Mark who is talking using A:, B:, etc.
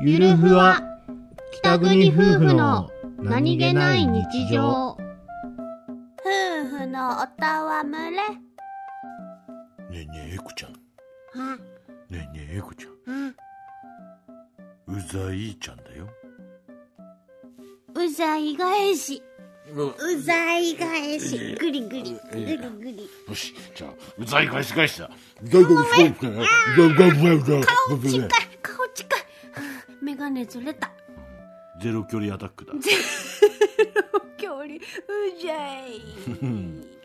A: ゆるふわ北国夫婦の
B: 夫婦のおたわむれ。
C: ねえねえエコちゃん
B: う
C: ね
B: ん、
C: えねえエコちゃ
B: うん。
C: んうざいちゃんだよ
B: うざい返し。
C: よ
B: うざい返し。ぐりぐり。ぐりぐり。
C: しじゃあうざい返し返しだだいぶ遅いから
B: 顔近い。顔近い。メガネずれた。
C: ゼロ距離アタックだ
B: 距離。うざい。